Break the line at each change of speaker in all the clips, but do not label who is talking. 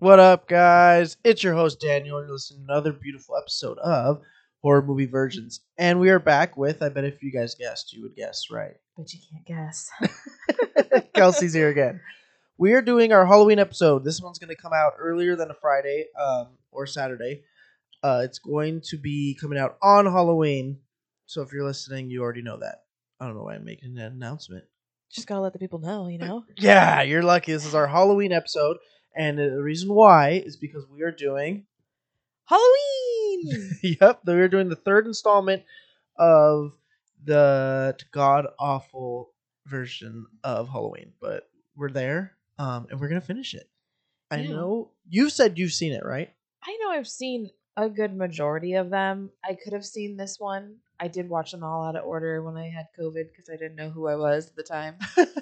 What up, guys? It's your host, Daniel. You're listening to another beautiful episode of Horror Movie Virgins. And we are back with, I bet if you guys guessed, you would guess right.
But you can't guess.
Kelsey's here again. We are doing our Halloween episode. This one's going to come out earlier than a Friday um, or Saturday. Uh, it's going to be coming out on Halloween. So if you're listening, you already know that. I don't know why I'm making an announcement.
Just gotta let the people know, you know?
Yeah, you're lucky. This is our Halloween episode. And the reason why is because we are doing
Halloween!
yep, we are doing the third installment of the god awful version of Halloween, but we're there, um, and we're gonna finish it. I
Yeah.
know you said you've seen it, right?
I know I've seen a good majority of them. I could have seen this one. I did watch them all out of order when I had COVID because I didn't know who I was at the time.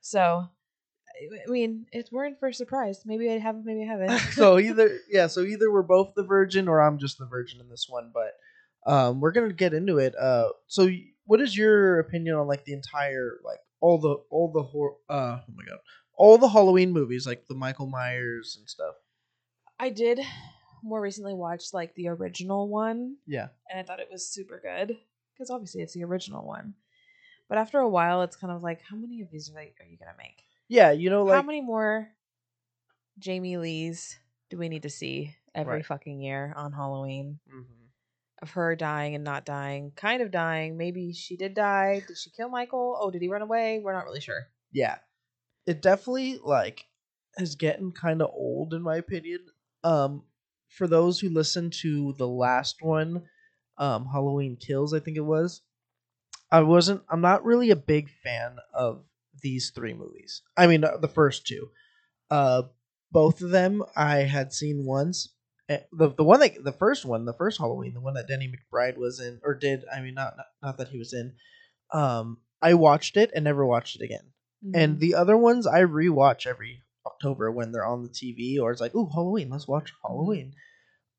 so, I- I mean, it's we're in for a surprise. Maybe I have, maybe I haven't.
so either yeah, so either we're both the virgin or I'm just the virgin in this one, but um, we're gonna get into it. Uh, so y- what is your opinion on like the entire like all the all the hor- uh, oh my god all the Halloween movies like the Michael Myers and stuff?
I did more recently watch like the original one,
Yeah,
and I thought it was super good because obviously it's the original one. But after a while, it's kind of like, how many of these are, they, are you gonna make?
yeah, you know like
How many more Jamie Lees do we need to see every
Right.
fucking year on Halloween
Mhm.
of her dying and not dying, kind of dying? Maybe she did die. Did she kill Michael? Oh, did he run away? We're not really sure.
yeah it definitely like is getting kind of old in my opinion um for those who listened to the last one um halloween kills i think it was i wasn't i'm not really a big fan of these three movies i mean uh, the first two uh both of them i had seen once Eh, the, the one that the first one the first halloween the one that denny mcbride was in or did i mean not not, not that he was in um i watched it and never watched it again
Mm-hmm.
and the other ones I rewatch every October when they're on the TV or it's like, "Ooh, Halloween, let's watch
Mm-hmm.
Halloween."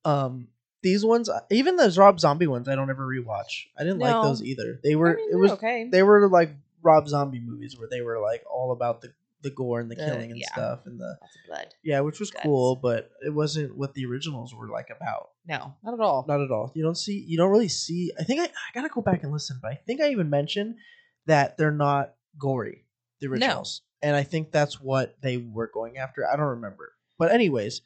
Um these ones, even those Rob Zombie ones, I don't ever rewatch. I didn't like
No.
those either. They
I
were
mean,
it
they're
was
okay.
they were like Rob Zombie movies where they were like all about the the gore and the
The-
killing and
yeah.
stuff and the
Lots of blood.
yeah, which was
Guts.
cool, but it wasn't what the originals were like about.
No, not at all.
Not at all. You don't see. You don't really see. I think I, I gotta go back and listen, but I think I even mentioned that they're not gory, the originals, and I think that's what they were going after. I don't remember, but anyways,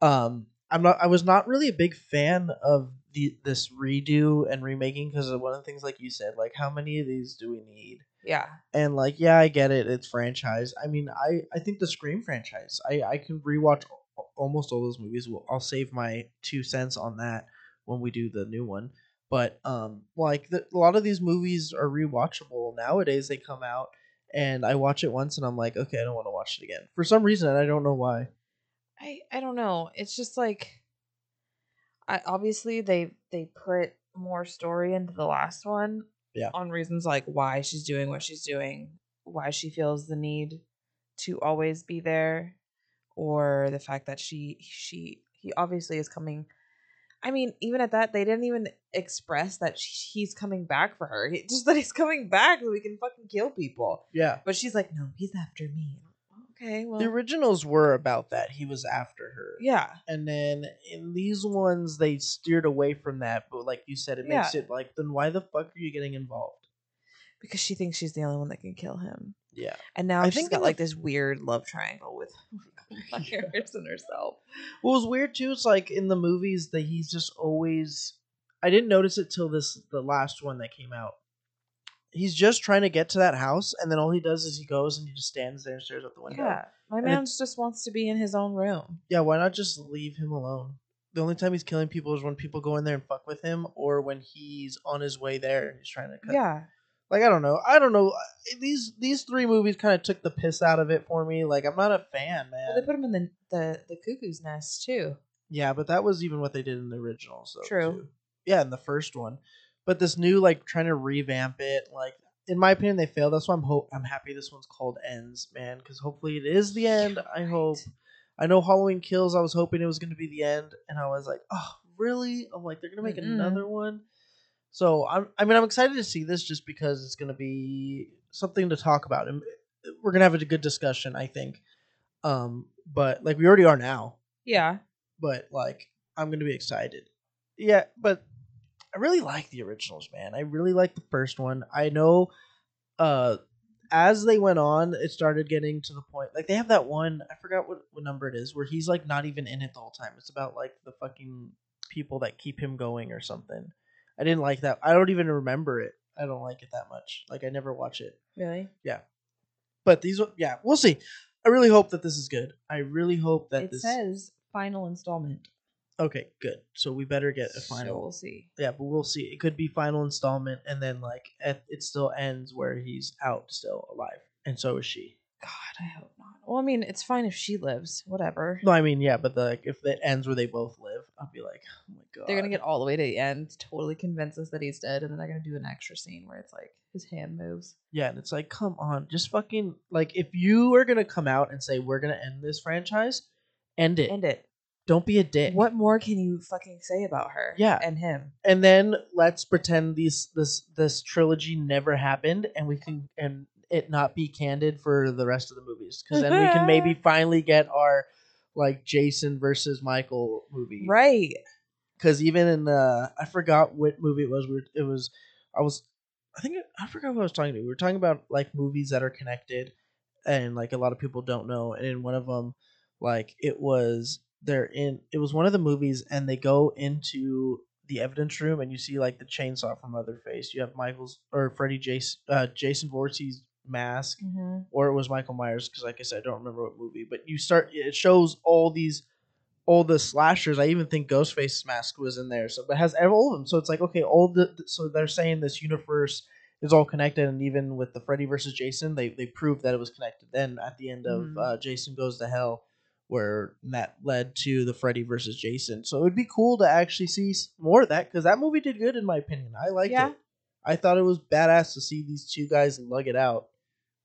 um, I'm not. I was not really a big fan of the this redo and remaking because of one of the things like you said, like how many of these do we need?
Yeah.
and like yeah i get it it's franchise i mean i i think the scream franchise i i can rewatch al- almost all those movies well, i'll save my two cents on that when we do the new one but um like the, a lot of these movies are rewatchable nowadays they come out and i watch it once and i'm like okay i don't want to watch it again for some reason and i don't know why
I I don't know. It's just like I obviously they they put more story into the last one.
Yeah.
On reasons like why she's doing what she's doing, why she feels the need to always be there, or the fact that she she he obviously is coming. I mean, even at that, they didn't even express that sh he's coming back for her. It- Just that he's coming back so we can fucking kill people.
yeah
But she's like, no, he's after me. Okay, well,
the originals were about that he was after her
yeah.
and then in these ones they steered away from that but like you said it makes it like then why the fuck are you getting involved
because she thinks she's the only one that can kill him.
yeah
And now
I
she's
think in
got
the-
like this weird love triangle with Myers and herself.
what was weird too is like in the movies that he's just always i didn't notice it till this the last one that came out he's just trying to get to that house and then all he does is he goes and he just stands there and stares out the window
Yeah, my
And
man just wants to be in his own room.
yeah why not just leave him alone the only time he's killing people is when people go in there and fuck with him or when he's on his way there and he's trying to cut
Yeah,
like I don't know, I don't know. These these three movies kind of took the piss out of it for me. Like I'm not a fan, man.
well, they put him in the, the the cuckoo's nest too.
yeah, but that was even what they did in the original. So
True.
too. Yeah, in the first one, but this new like trying to revamp it, like in my opinion, they failed. That's why I'm ho- I'm happy this one's called Ends, man, because hopefully it is the end. I
Right.
hope. I know Halloween Kills. I was hoping it was going to be the end, and I was like, oh really? I'm like they're gonna make
Mm-mm.
another one. So I'm, I mean, I'm excited to see this just because it's gonna be something to talk eh, about, and we're gonna have a good discussion, I think. Um, but like we already are now,
Yeah.
but like I'm gonna be excited. Yeah, but I really like the originals, man. I really like the first one. I know uh as they went on, it started getting to the point like they have that one I forgot what, what number it is, where he's like not even in it the whole time. It's about like the fucking people that keep him going or something. I didn't like that. I don't even remember it. I don't like it that much. Like I never watch it.
Really?
But these one- yeah, we'll see. I really hope that this is good. I really hope that
it
this
says final installment.
Okay, good. So we better get a final
So we'll see.
yeah, but we'll see. It could be final installment, and then like at, it still ends where he's out, still alive, and so is she.
God, I hope not. Well, I mean, it's fine if she lives. Whatever.
No, I mean yeah, but the, like if it ends where they both live, I'll be like, oh my god,
They're gonna get all the way to the end, totally convince us that he's dead, and then they're gonna do an extra scene where it's like his hand moves.
yeah, and it's like, come on, just fucking like if you are gonna come out and say we're gonna end this franchise, end it.
End it.
Don't be a dick.
What more can you fucking say about her?
Yeah.
And him.
And then let's pretend these this this trilogy never happened, and we can and it not be candid for the rest of the movies, because then we can maybe finally get our like Jason versus Michael movie,
Right.
Because even in uh, I forgot what movie it was. We were, it was I was I think I forgot what I was talking to. We were talking about like movies that are connected, and like a lot of people don't know. And in one of them, like it was they're in it was one of the movies, and they go into the evidence room, and you see like the chainsaw from Leatherface. You have Michael's or Freddy Jason uh, Jason Voorhees mask,
Mm-hmm.
or it was Michael Myers because, like I said, I don't remember what movie. But you start it shows all these, all the slashers. I even think Ghostface's mask was in there, so but it has all of them. So it's like okay, all the so they're saying this universe is all connected, and even with the Freddy versus Jason, they they proved that it was connected. Then at the end of
Mhm.
uh, Jason Goes to Hell, where that led to the Freddy versus Jason. So it would be cool to actually see s- more of that because that movie did good in my opinion. I liked
Yeah.
it. I thought it was badass to see these two guys lug it out,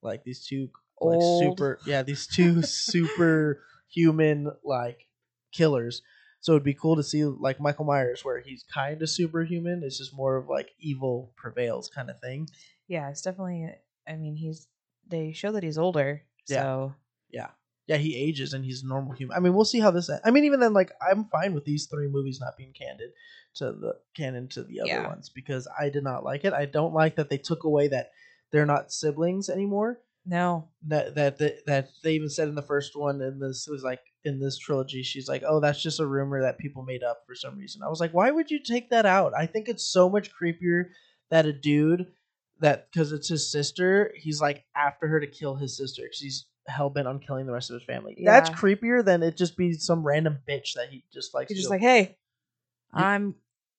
like these two like
Old.
super yeah these two super human like killers. So it'd be cool to see like Michael Myers where he's kind of superhuman. It's just more of like evil prevails kind of thing.
Yeah, it's definitely. I mean, he's. They show that he's older.
Yeah.
So
Yeah, he ages and he's a normal human. I mean, we'll see how this. I mean, even then, like I'm fine with these three movies not being candid to the canon to the other
Yeah.
ones because I did not like it. I don't like that they took away that they're not siblings anymore.
no.
that that that, that they even said in the first one and this was like in this trilogy she's like oh that's just a rumor that people made up for some reason i was like why would you take that out i think it's so much creepier that a dude that because it's his sister he's like after her to kill his sister because he's hell-bent on killing the rest of his family that's
Yeah.
creepier than it just be some random bitch that he just likes
He's
to
just
go,
like, hey,
You-
I'm.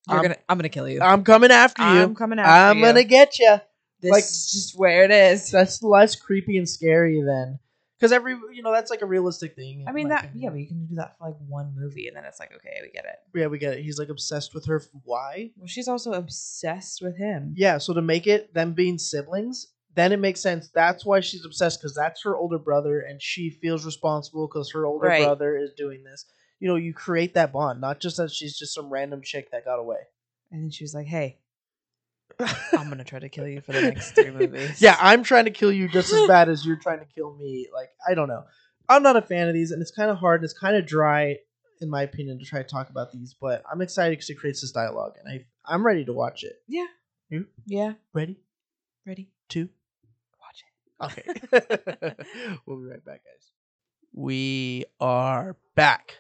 You're
I'm-
gonna. I'm gonna kill you.
i'm coming after you
I'm
i'm,
coming after you.
gonna get you
This
like-
is just where it is.
that's less creepy and scary than because every you know that's like a realistic thing
I mean
like,
that. Yeah, but you can do that for like one movie, and then it's like, okay, we get it.
Yeah, we get it. He's like obsessed with her. Why?
Well, she's also obsessed with him.
Yeah, so to make it them being siblings, then it makes sense. That's why she's obsessed because that's her older brother, and she feels responsible because her older
Right.
brother is doing this. You know, you create that bond, not just that she's just some random chick that got away.
And then she was like, hey, I'm gonna try to kill you for the next three movies.
yeah, I'm trying to kill you just as bad as you're trying to kill me. Like, I don't know. I'm not a fan of these, and it's kind of hard. and It's kind of dry, in my opinion, to try to talk about these. But I'm excited because it creates this dialogue, and I I'm ready to watch it.
yeah.
Ready
Ready?
to
Watch it.
Okay. we'll be right back, guys. We are back.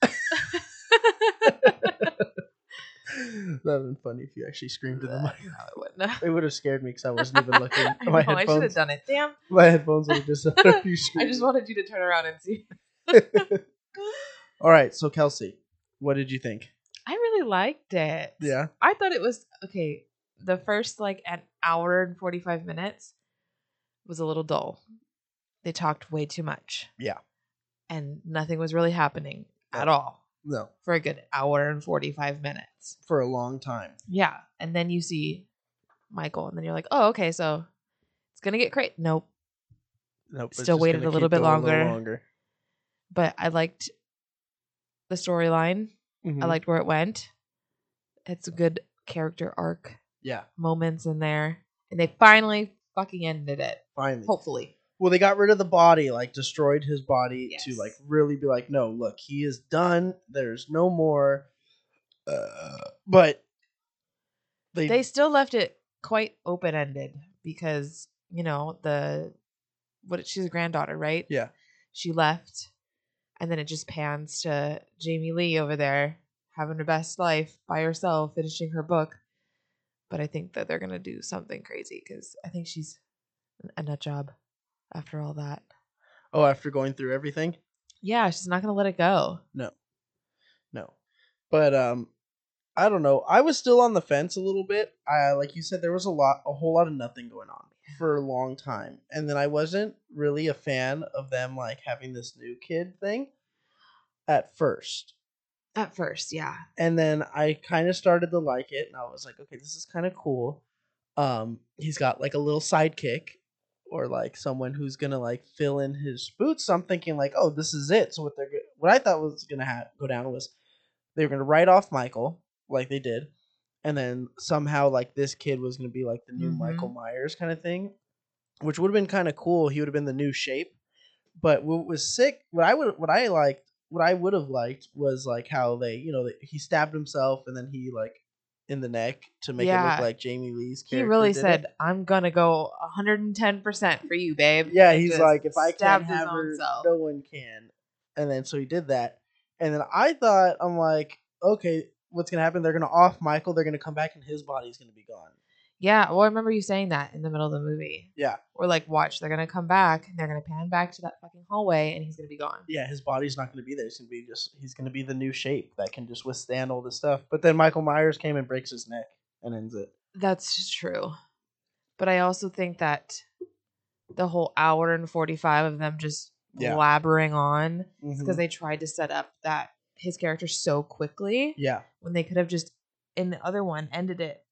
That would have been funny if you actually screamed in the
Uh,
mic.
no, it wouldn't.
It would have scared me because I wasn't even looking.
I
My
know, I should have
headphones,
done it. Damn.
my headphones would have just had a few
I just
screams.
wanted you to turn around and see.
All right, so Kelsey, what did you think?
I really liked it.
Yeah,
I thought it was okay. The first like an hour and 45 minutes was a little dull. They talked way too much.
Yeah.
And nothing was really happening at all
no,
for a good hour and 45 minutes.
for a long time.
Yeah. And then you see Michael, and then you're like, oh, okay, so it's going to get great. Nope.
Nope. it's
Still
just
waited
gonna
a little
keep
bit
going a little
longer.
longer.
But I liked the storyline, I
Mhm.
liked where it went. It's a good character arc
Yeah,
moments in there. And they finally fucking ended it.
finally.
Hopefully.
Well, they got rid of the body, like destroyed his body
Yes.
to like really be like, no, look, he is done. There's no more. Uh, but they,
They still left it quite open ended because, you know, the what she's a granddaughter, right?
yeah,
She left and then it just pans to Jamie Lee over there having her best life by herself finishing her book. But I think that they're going to do something crazy cuz I think she's a nut job after all that.
oh, after going through everything,
Yeah, she's not going to let it go.
no, but um, I don't know. I was still on the fence a little bit. I like you said, there was a lot, a whole lot of nothing going on for a long time, and then I wasn't really a fan of them like having this new kid thing at first.
At first, yeah.
and then I kind of started to like it, and I was like, okay, this is kind of cool. Um, he's got like a little sidekick, or like someone who's gonna like fill in his boots. So I'm thinking like, oh, this is it. So what they're go- what I thought was gonna ha- go down was they were gonna write off Michael like they did, and then somehow like this kid was gonna be like the new
Mhm.
Michael Myers kind of thing, which would have been kind of cool. He would have been the new shape. But what was sick, what I would, what I liked, what I would have liked was like how they, you know, that he stabbed himself and then he like in the neck to make it
Yeah.
look like Jamie Lee's.
He
character
really
did it.
said, "I'm gonna go 110 percent for you, babe."
Yeah, he's
just
like, if I can't
stabbed his
have
own
her,
self.
no one can. And then so he did that. And then I thought, I'm like, okay, what's gonna happen? They're gonna off Michael. They're gonna come back, and his body's gonna be gone.
Yeah, well, I remember you saying that in the middle of the movie.
Yeah.
Or like, watch, they're gonna come back and they're gonna pan back to that fucking hallway, and he's gonna be gone.
Yeah, his body's not gonna be there. He's gonna be just. He's gonna be the new shape that can just withstand all this stuff. But then Michael Myers came and breaks his neck and ends it.
That's true, but I also think that the whole hour and 45 of them just
Yeah.
blabbering on because
Mhm.
they tried to set up that his character so quickly.
Yeah,
when they could have just in the other one ended it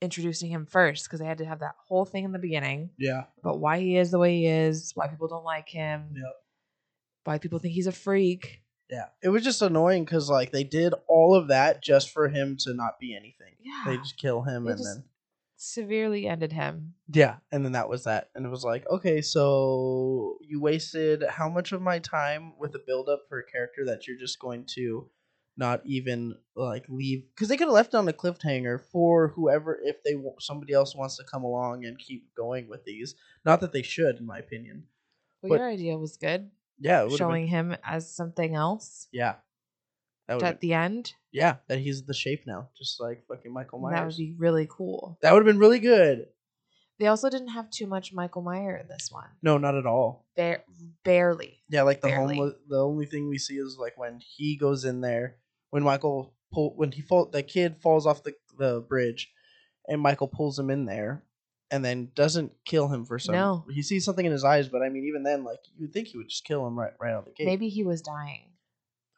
introducing him first because they had to have that whole thing in the beginning
yeah,
about why he is the way he is, why people don't like him,
Yep.
why people think he's a freak.
yeah. It was just annoying because like they did all of that just for him to not be anything. They
Yeah.
just kill him
They
and
just-
then
Severely ended him.
Yeah, and then that was that, and it was like, okay, so you wasted how much of my time with a build up for a character that you're just going to not even like leave because they could have left it on a cliffhanger for whoever if they wa- somebody else wants to come along and keep going with these. Not that they should, in my opinion.
But,
But-
your idea was good.
Yeah, it would've been-
Showing him as something else
yeah, that would
at the end.
yeah that he's the shape now, just like fucking Michael Myers.
That would be really cool.
that would have been really good.
They also didn't have too much Michael Meyer in this one.
No, not at all.
Bare- barely.
Yeah, like the
Barely.
homeless. The only thing we see is like when he goes in there, when Michael pull when he fall the kid falls off the the bridge, and Michael pulls him in there, and then doesn't kill him for some.
No.
he sees something in his eyes, but I mean, even then, like you'd think he would just kill him right right out of the gate.
Maybe he was dying.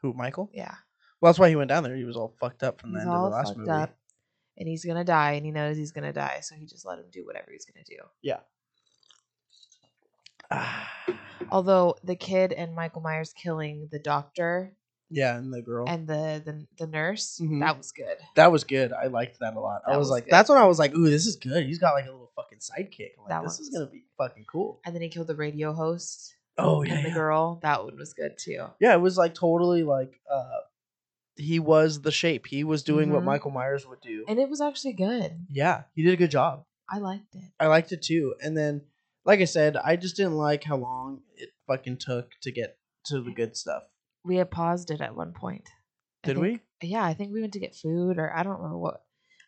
who Michael?
Yeah.
Well, that's why he went down there. He was all fucked up from the
he's
end of the
all
last
fucked
movie.
up and he's gonna die and he knows he's gonna die so he just let him do whatever he's gonna do
Ah.
although the kid and michael myers killing the doctor
yeah, and the girl.
and the the, the nurse
Mhm.
that was good
that was good. I liked that a lot. I
That
was,
was
like,
good.
that's when I was like, ooh, this is good. He's got like a little fucking sidekick. I'm like,
That
this
one
is
was-
gonna be fucking cool.
and then he killed the radio host
Oh yeah,
and the
yeah.
girl that one was good too
yeah, it was like totally like uh he was the shape. He was doing what
Mhm.
Michael Myers would do.
and it was actually good
yeah, he did a good job.
i liked it
I liked it too. And then like I said, I just didn't like how long it fucking took to get to the good stuff.
we had paused it at one point I
Did
think- uh,
we?
yeah i think we went to get food or i don't remember what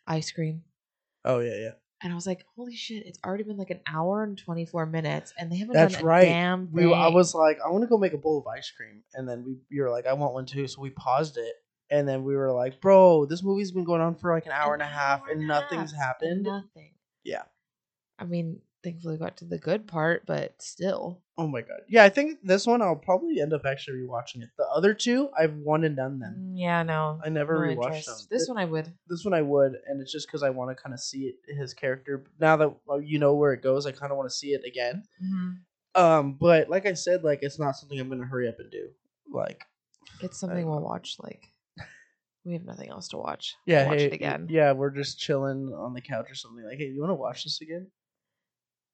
ice cream
Oh yeah, yeah.
and I was like, "Holy shit! It's already been like an hour and twenty four minutes, and they haven't
That's
done a
right.
damn thing."
We I was like, I want to go make a bowl of ice cream and then we you were like, I want one too, so we paused it. And then we were like, bro, this movie's been going on for like an hour and a half and nothing's happened.
Nothing.
Yeah.
I mean, thankfully got to the good part, but still.
Oh my god. Yeah, I think this one I'll probably end up actually rewatching it. The other two, I've one and done them.
Mm, Yeah, no.
I never
no
rewatched them.
interest. This one I would.
This one I would, and it's just because I want to kind of see it, his character. Now that uh, you know where it goes, I kind of want to see it again.
mm-hmm,
Um, but like I said, like it's not something I'm gonna hurry up and do. Like,
It's something
I-
we'll watch. Like, we have nothing else to watch.
yeah,
We'll watch
hey,
it again.
Yeah, we're just chilling on the couch or something. Like, hey, you want to watch this again?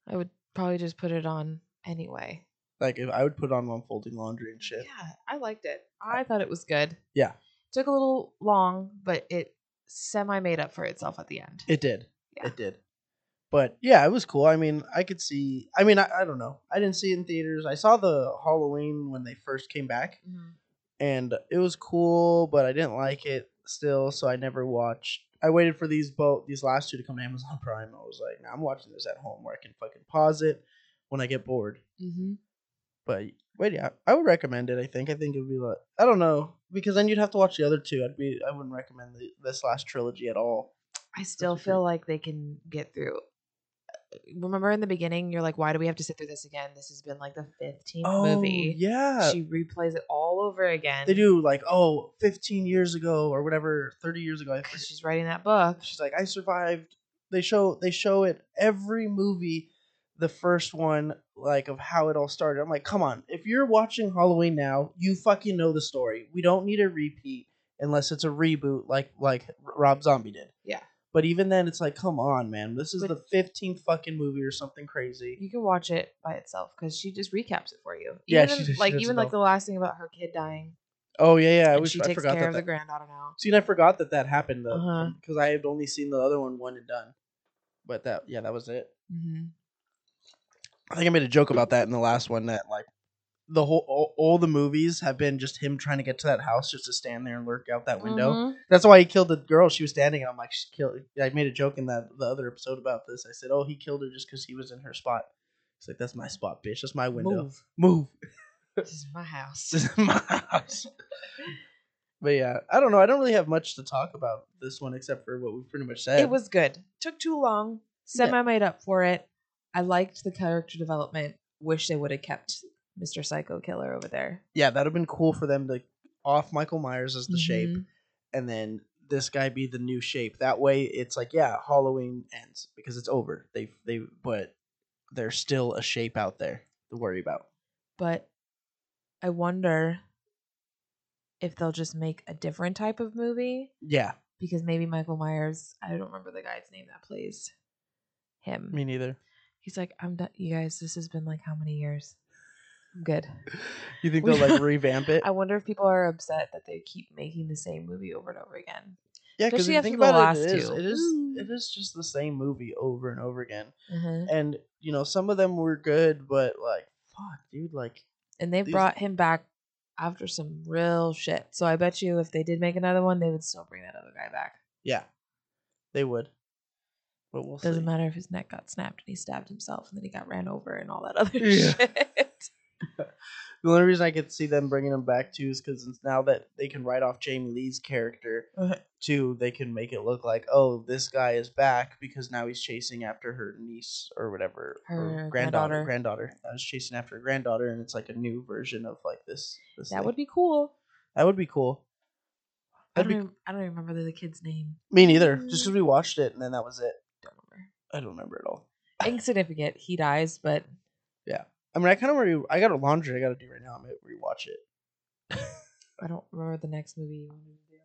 I would probably just put it on anyway.
Like if I would put on while I'm folding laundry and shit.
Yeah, I liked it. I thought it was good.
Yeah.
Took a little long, but it semi made up for itself at the end.
It did.
Yeah.
It did. But yeah, it was cool. I mean, I could see. I mean, I, I don't know. I didn't see it in theaters. I saw the Halloween when they first came back,
Mm-hmm.
and it was cool, but I didn't like it still, so I never watched. I waited for these both these last two to come to Amazon Prime. I was like, nah, I'm watching this at home where I can fucking pause it when I get bored.
Mm-hmm.
But but yeah, I would recommend it. I think I think it would be like I don't know because then you'd have to watch the other two. I'd be I wouldn't recommend the, this last trilogy at all.
I still
for
feel
sure.
like they can get through. uh, Remember in the beginning, you're like, why do we have to sit through this again? This has been like the 15th movie.
Oh, yeah,
She replays it all over again.
they do like oh 15 years ago or whatever 30 years ago I forget.
'cause she's writing that book.
she's like i survived they show they show it every movie the first one like of how it all started i'm like come on if you're watching halloween now you fucking know the story we don't need a repeat unless it's a reboot like like rob zombie did
Yeah.
but even then it's like come on man this is
But-
the 15th fucking movie or something crazy
You can watch it by itself because she just recaps it for you.
Yeah,
Even
she
in-
just
like
does it
even
all.
like the last thing about her kid dying,
oh yeah yeah i,
and
wish,
she
I
takes
forgot
care
that,
of the
that
granddaughter now.
see and i forgot that that happened though
Uh-huh.
because i had only seen the other one one and done but that yeah that was it
Mm-hmm.
I think I made a joke about that in the last one that like the whole all, all the movies have been just him trying to get to that house just to stand there and lurk out that window.
Mhm.
That's why he killed the girl. She was standing. and I'm like, she killed. I made a joke in that the other episode about this. I said, oh, he killed her just because he was in her spot. It's like that's my spot, bitch. That's my window.
Move.
Move.
This is my house.
This is my house. But yeah, I don't know. I don't really have much to talk about this one except for what we pretty much said.
It was good. Took too long.
Yeah.
Semi made up for it. I liked the character development. Wish they would have kept Mr. Psycho Killer over there.
yeah, that'd have been cool for them to off Michael Myers as the shape.
Mhm.
and then this guy be the new shape. That way, it's like yeah, Halloween ends because it's over. They they but there's still a shape out there to worry about.
But I wonder if they'll just make a different type of movie
Yeah,
because maybe Michael Myers, I don't remember the guy's name that plays him.
me neither.
He's like, I'm done. You guys, this has been like how many years? I'm good.
You think
We-
they'll like revamp it?
I wonder if people are upset that they keep making the same movie over and over again.
yeah, because
especially
you think
after the
about it,
last
it is
two.
it is
Mm.
it is just the same movie over and over again.
Uh-huh.
And you know, some of them were good, but like fuck, dude, like
and they
These-
brought him back after some real shit. So I bet you if they did make another one, they would still bring that other guy back.
yeah, they would. But we'll
Doesn't
see.
matter if his neck got snapped and he stabbed himself and then he got ran over and all that other
Yeah.
shit.
The only reason I could see them bringing him back too is because now that they can write off Jamie Lee's character,
Uh-huh.
too, they can make it look like, oh, this guy is back because now he's chasing after her niece or whatever,
Her
or granddaughter.
granddaughter.
Granddaughter. I was chasing after a granddaughter, and it's like a new version of like this. this
That
thing.
would be cool.
that would be cool.
I
That'd
don't,
be
even, I don't even remember the kid's name.
me neither. Just because we watched it and then that was it.
Don't remember.
I don't remember at all.
Insignificant. He dies, but
I mean, I kind of re- I got a laundry I got to do right now. I might rewatch it.
I don't remember the next movie you wanted to do.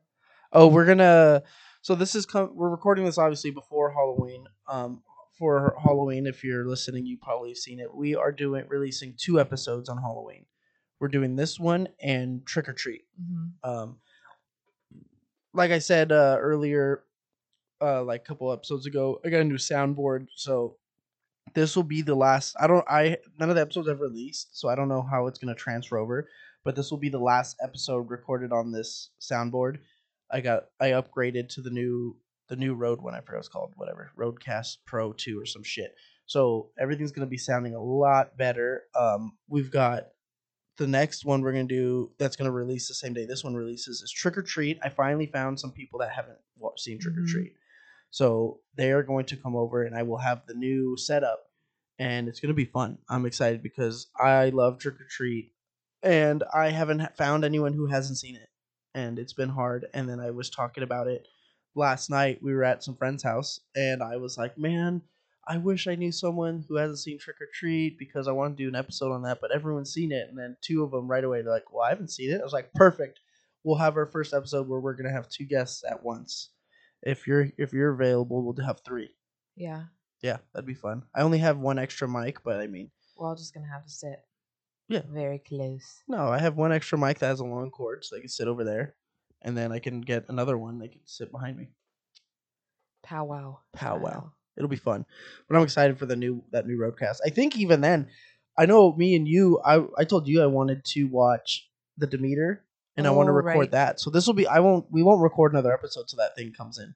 Oh, we're gonna. So this is com- we're recording this obviously before Halloween. Um, for Halloween, if you're listening, you probably have seen it. We are doing releasing two episodes on Halloween. We're doing this one and Trick or Treat.
Mm-hmm.
Um, like I said uh, earlier, uh, like a couple episodes ago, I got a new soundboard, so this will be the last. I don't. I none of the episodes I've released, so I don't know how it's gonna transfer over. But this will be the last episode recorded on this soundboard. I got I upgraded to the new the new Rode one. I forgot what it's called. Whatever Rodecast Pro two or some shit. So everything's gonna be sounding a lot better. Um, we've got the next one we're gonna do that's gonna release the same day this one releases is Trick or Treat. I finally found some people that haven't wa- seen Trick or
Mhm.
Treat, so they are going to come over and I will have the new setup, and it's gonna be fun. I'm excited because I love Trick or Treat, and I haven't ha- found anyone who hasn't seen it, and it's been hard. And then I was talking about it last night. We were at some friend's house, and I was like, man. I wish I knew someone who hasn't seen Trick or Treat because I want to do an episode on that, but everyone's seen it. And then two of them right away, they're like, well, I haven't seen it. I was like, perfect. We'll have our first episode where we're going to have two guests at once. If you're if you're available, we'll have three.
Yeah.
Yeah, that'd be fun. I only have one extra mic, but I mean,
We're all just gonna have to sit.
Yeah.
Very close.
No, I have one extra mic that has a long cord, so they can sit over there, and then I can get another one. They can sit behind me.
Pow wow.
Pow wow.
style.
It'll be fun. But I'm excited for the new that new roadcast. I think even then, I know me and you. I I told you I wanted to watch the Demeter, and I want to
Oh,
record
right.
that. So this will be. I won't. We won't record another episode till that thing comes in.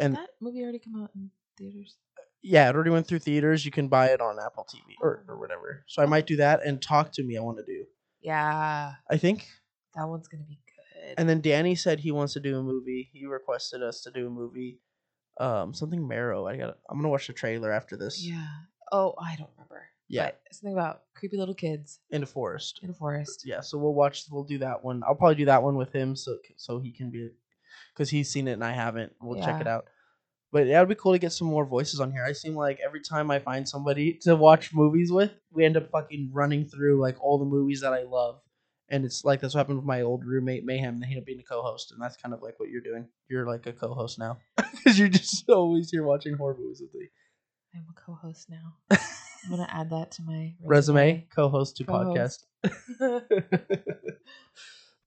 And
that movie already come out in theaters.
yeah, it already went through theaters. You can buy it on Apple TV or, or whatever. So I might do that and talk to me. I want to do.
Yeah,
I think.
that one's gonna be good.
And then Danny said he wants to do a movie. He requested us to do a movie. Um, something marrow. I got. I'm gonna watch the trailer after this.
yeah. Oh, I don't remember.
Yeah.
But something about creepy little kids
In the forest.
in a forest.
yeah so we'll watch we'll do that one i'll probably do that one with him so so he can be because he's seen it and i haven't we'll check it
Yeah.
out but yeah, it'd be cool to get some more voices on here i seem like every time i find somebody to watch movies with we end up fucking running through like all the movies that i love and it's like that's what happened with my old roommate mayhem they ended up being a co-host and that's kind of like what you're doing you're like a co-host now because you're just always here watching horror movies with me
I'm a co-host now. I'm gonna add that to my
resume co-host to podcast
Co-host.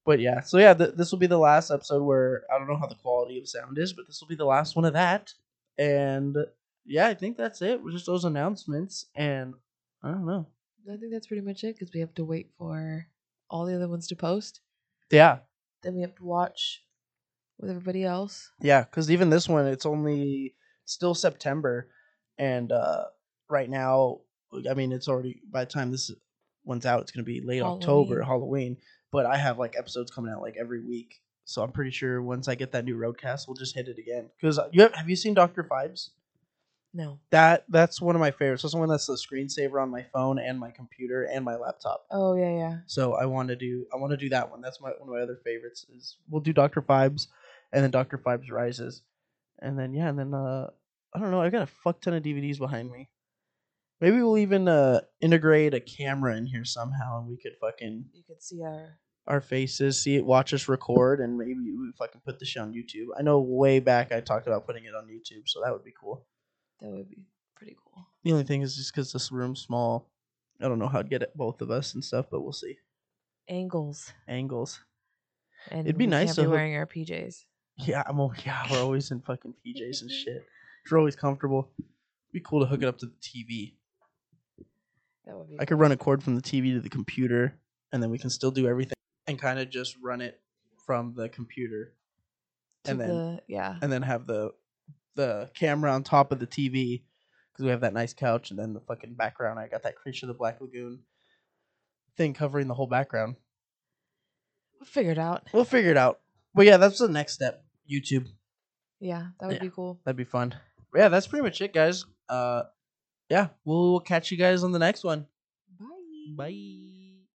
but yeah, so yeah, th- this will be the last episode where I don't know how the quality of sound is, but this will be the last one of that. And yeah, I think that's it. Just those announcements, and I don't know.
I think that's pretty much it because we have to wait for all the other ones to post.
Yeah,
Then we have to watch with everybody else.
yeah, because even this one, it's only still September, and uh right now, I mean, it's already by the time this one's out, it's gonna be late October,
Halloween.
Halloween. But I have like episodes coming out like every week, so I'm pretty sure once I get that new roadcast, we'll just hit it again. Because you have, have you seen Doctor Fibes?
No.
That that's one of my favorites. That's the one that's the screensaver on my phone and my computer and my laptop.
Oh yeah, yeah.
So I want to do I want to do that one. That's my one of my other favorites. Is we'll do Doctor Fibes, and then Doctor Fibes Rises, and then yeah, and then uh I don't know. I've got a fuck ton of DVDs behind me. Maybe we'll even uh integrate a camera in here somehow, and we could fucking
You could see our
our faces, see it, watch us record, and maybe we fucking put this shit on YouTube. I know way back I talked about putting it on YouTube, so that would be cool.
that would be pretty cool.
The only thing is just because this room's small, I don't know how to get it both of us and stuff, but we'll see.
Angles.
Angles.
And
It'd be
we
nice
can't
to
be
hook-
wearing our PJs.
Yeah, I'm. al- Yeah, we're always in fucking PJs and shit. We're always comfortable. Be cool to hook it up to the TV.
That would be
I could run a cord from the TV to the computer, and then we can still do everything and kind of just run it from the computer,
to
and then
the- yeah.
and then have the the camera on top of the TV because we have that nice couch, and then the fucking background. I got that creature of the Black Lagoon thing covering the whole background.
We'll figure it out.
We'll figure it out. But yeah, that's the next step. YouTube.
Yeah, that would
Yeah.
be cool.
That'd be fun. But yeah, that's pretty much it, guys. Uh yeah, we'll catch you guys on the next one.
Bye.
Bye.